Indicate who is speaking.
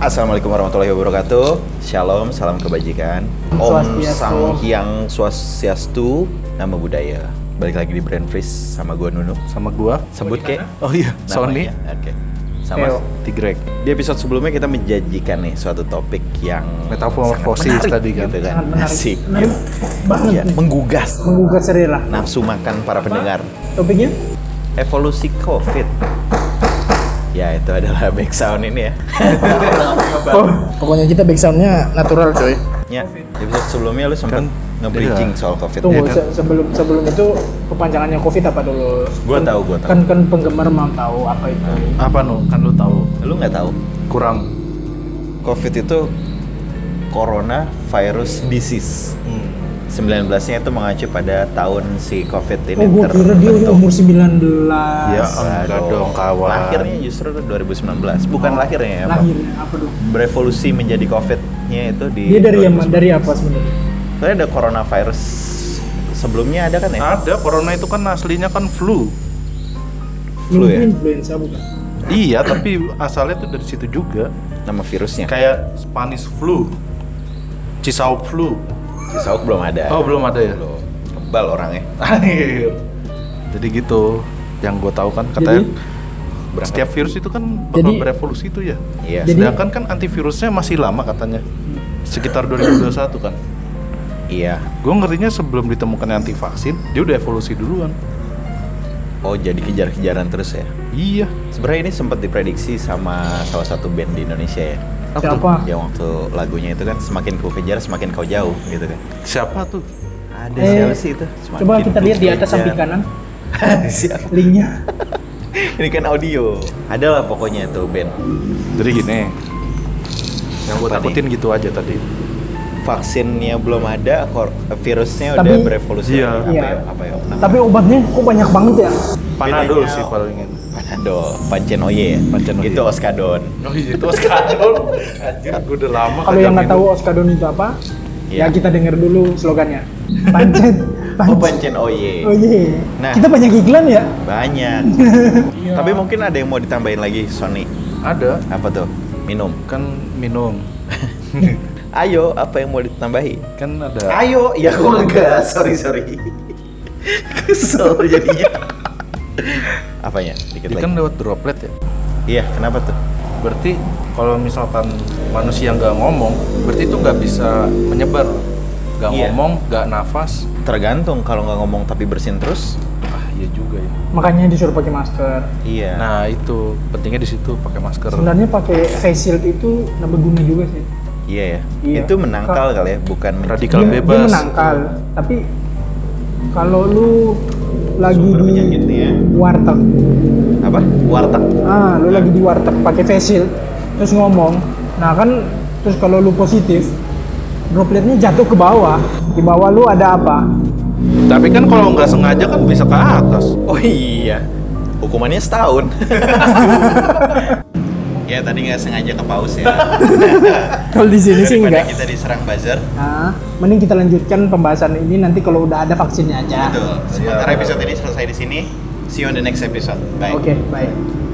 Speaker 1: Assalamualaikum warahmatullahi wabarakatuh. Shalom, salam kebajikan. Om
Speaker 2: Swastiastu.
Speaker 1: Sanghyang Swastiastu, nama budaya. Balik lagi di Brand Freeze sama gua ya? Nunu.
Speaker 3: sama gua
Speaker 1: Sebut kek.
Speaker 3: oh iya
Speaker 1: namanya.
Speaker 3: Sony
Speaker 1: Oke. Sama
Speaker 2: Theo.
Speaker 3: Tigrek
Speaker 1: di episode sebelumnya kita menjanjikan nih suatu topik yang
Speaker 3: Metamorfosis
Speaker 1: sangat menarik
Speaker 3: tadi kan.
Speaker 1: gitu kan.
Speaker 2: Sangat menarik.
Speaker 1: Asik.
Speaker 2: Menarik banget
Speaker 1: Iya,
Speaker 2: nih.
Speaker 1: menggugas
Speaker 2: Menggugah selera.
Speaker 1: nafsu makan para pendengar.
Speaker 2: Topiknya?
Speaker 1: Evolusi Covid. Ya, itu adalah background ini ya.
Speaker 2: Oh, Pokoknya kita backsoundnya natural coy.
Speaker 1: ya, di episode sebelumnya lu sempat
Speaker 3: Kan,
Speaker 1: nge-bridging soal Covid.
Speaker 2: Tunggu
Speaker 3: Iya, kan?
Speaker 2: se- sebelum sebelum itu kepanjangannya COVID apa dulu?
Speaker 1: Gua
Speaker 2: Kan-
Speaker 1: tahu, gua tahu.
Speaker 2: Kan kan penggemar mau tahu apa itu.
Speaker 3: apa nu kan lu tahu
Speaker 1: Lu nggak tahu?
Speaker 3: kurang
Speaker 1: Covid itu Corona Virus Disease. 19-nya itu mengacu pada tahun si Covid ini oh,
Speaker 2: Oh gua kira dia
Speaker 1: terbentuk.
Speaker 2: udah umur 19.
Speaker 3: Ya, enggak dong, kawan.
Speaker 1: Lahirnya justru 2019, bukan lahirnya ya. Pak.
Speaker 2: Lahirnya apa dong?
Speaker 1: Berevolusi menjadi Covid-nya itu di
Speaker 2: Dia dari yang
Speaker 1: 2019.
Speaker 2: dari apa sebenarnya?
Speaker 1: Sebenarnya ada coronavirus sebelumnya ada kan ya?
Speaker 3: ada corona itu kan aslinya kan flu
Speaker 1: Flu ya?
Speaker 2: Influenza bukan?
Speaker 3: iya tapi asalnya tuh dari situ juga
Speaker 1: Nama virusnya.
Speaker 3: kayak Spanish flu Cisau flu
Speaker 1: Sauk belum ada.
Speaker 3: oh belum ada
Speaker 1: Eh,
Speaker 3: ya
Speaker 1: Belum. Kebal orangnya.
Speaker 3: Anjir. jadi gitu yang gue tahu kan katanya
Speaker 2: Jadi-
Speaker 1: Berangkat.
Speaker 3: setiap virus itu kan bakal
Speaker 2: Jadi-
Speaker 3: berevolusi tuh ya
Speaker 1: Iya.
Speaker 2: Jadi-
Speaker 3: sedangkan kan antivirusnya masih lama katanya sekitar 2021 kan
Speaker 1: Iya.
Speaker 3: gue ngertinya sebelum ditemukan anti vaksin dia udah evolusi duluan
Speaker 1: Oh, jadi kejar-kejaran terus ya.
Speaker 3: iya
Speaker 1: Sebenarnya ini sempat diprediksi sama salah satu band di Indonesia ya.
Speaker 2: Siapa?
Speaker 1: Yang waktu lagunya itu kan semakin ku kejar semakin kau jauh gitu kan.
Speaker 3: siapa tuh
Speaker 1: Ada
Speaker 2: Eh,
Speaker 1: siapa sih itu?
Speaker 2: Coba
Speaker 1: Semakin
Speaker 2: kita
Speaker 1: ku
Speaker 2: lihat di
Speaker 1: kejar.
Speaker 2: atas samping kanan
Speaker 1: Siapa?
Speaker 2: linknya.
Speaker 1: ini kan audio. Adalah pokoknya itu band.
Speaker 3: jadi gini yang gue
Speaker 1: Apa
Speaker 3: takutin gitu aja tadi
Speaker 1: Vaksinnya belum ada, kor- virusnya udah
Speaker 2: Tapi-
Speaker 1: berevolusi.
Speaker 3: Iya.
Speaker 1: Apa
Speaker 2: Iya.
Speaker 1: ya? Apa ya? Nama-
Speaker 2: Tapi obatnya kok banyak banget ya?
Speaker 3: panadol
Speaker 1: Bedanya-
Speaker 3: sih paling ini
Speaker 1: Panadol, Pancen Oye ya?
Speaker 3: Pancen Oye.
Speaker 1: Itu Oskadon.
Speaker 3: oh iya itu oskadol anjir gue udah lama
Speaker 2: Kalau yang nggak tahu oskadon itu apa,
Speaker 1: Iya.
Speaker 2: ya kita denger dulu slogannya. Pancet,
Speaker 1: Oh,
Speaker 2: pancet.
Speaker 1: Pancen Oye.
Speaker 2: Oh iya.
Speaker 1: Nah.
Speaker 2: Kita banyak iklan ya.
Speaker 1: Banyak.
Speaker 2: Iya.
Speaker 1: Tapi mungkin ada yang mau ditambahin lagi, Sony.
Speaker 3: ada
Speaker 1: Apa tuh? Minum.
Speaker 3: kan minum
Speaker 1: Ayo, apa yang mau ditambahi?
Speaker 3: kan ada
Speaker 1: Ayo, ya kok enggak? Sorry, sorry. Kesel jadinya. Apanya? Dikit
Speaker 3: dia
Speaker 1: lagi.
Speaker 3: kan lewat droplet ya
Speaker 1: Iya, kenapa tuh?
Speaker 3: berarti kalau misalkan manusia nggak ngomong berarti itu nggak bisa menyebar nggak
Speaker 1: Iya.
Speaker 3: ngomong nggak nafas
Speaker 1: Tergantung kalau nggak ngomong tapi bersin terus.
Speaker 3: ah iya juga ya
Speaker 2: Makanya disuruh pakai masker.
Speaker 1: Iya.
Speaker 3: nah itu pentingnya di situ pakai masker
Speaker 2: Sebenarnya pakai face shield itu nambah guna juga sih.
Speaker 1: iya ya.
Speaker 2: Iya.
Speaker 1: Itu menangkal kali ya, bukan men-
Speaker 3: Radikal. Kalau
Speaker 2: dia, dia
Speaker 3: bebas.
Speaker 2: menangkal, tapi kalau lu lagi
Speaker 1: Sumber
Speaker 2: di
Speaker 1: penyakitnya ya.
Speaker 2: warteg,
Speaker 1: apa? Warteg.
Speaker 2: ah lu lagi di warteg pakai face shield, terus ngomong, nah kan terus kalau lu positif, dropletnya jatuh ke bawah, di bawah lu ada apa?
Speaker 3: tapi kan kalau nggak sengaja kan bisa ke atas
Speaker 1: Oh iya, hukumannya setahun. ya tadi nggak sengaja ke paus ya.
Speaker 2: Kalau di sini sih
Speaker 1: Daripada
Speaker 2: enggak.
Speaker 1: kita diserang buzzer.
Speaker 2: Nah, mending kita lanjutkan pembahasan ini nanti kalau udah ada vaksinnya aja.
Speaker 1: Betul. Sementara episode ini selesai di sini. See you on the next episode. Bye.
Speaker 2: Oke, baik.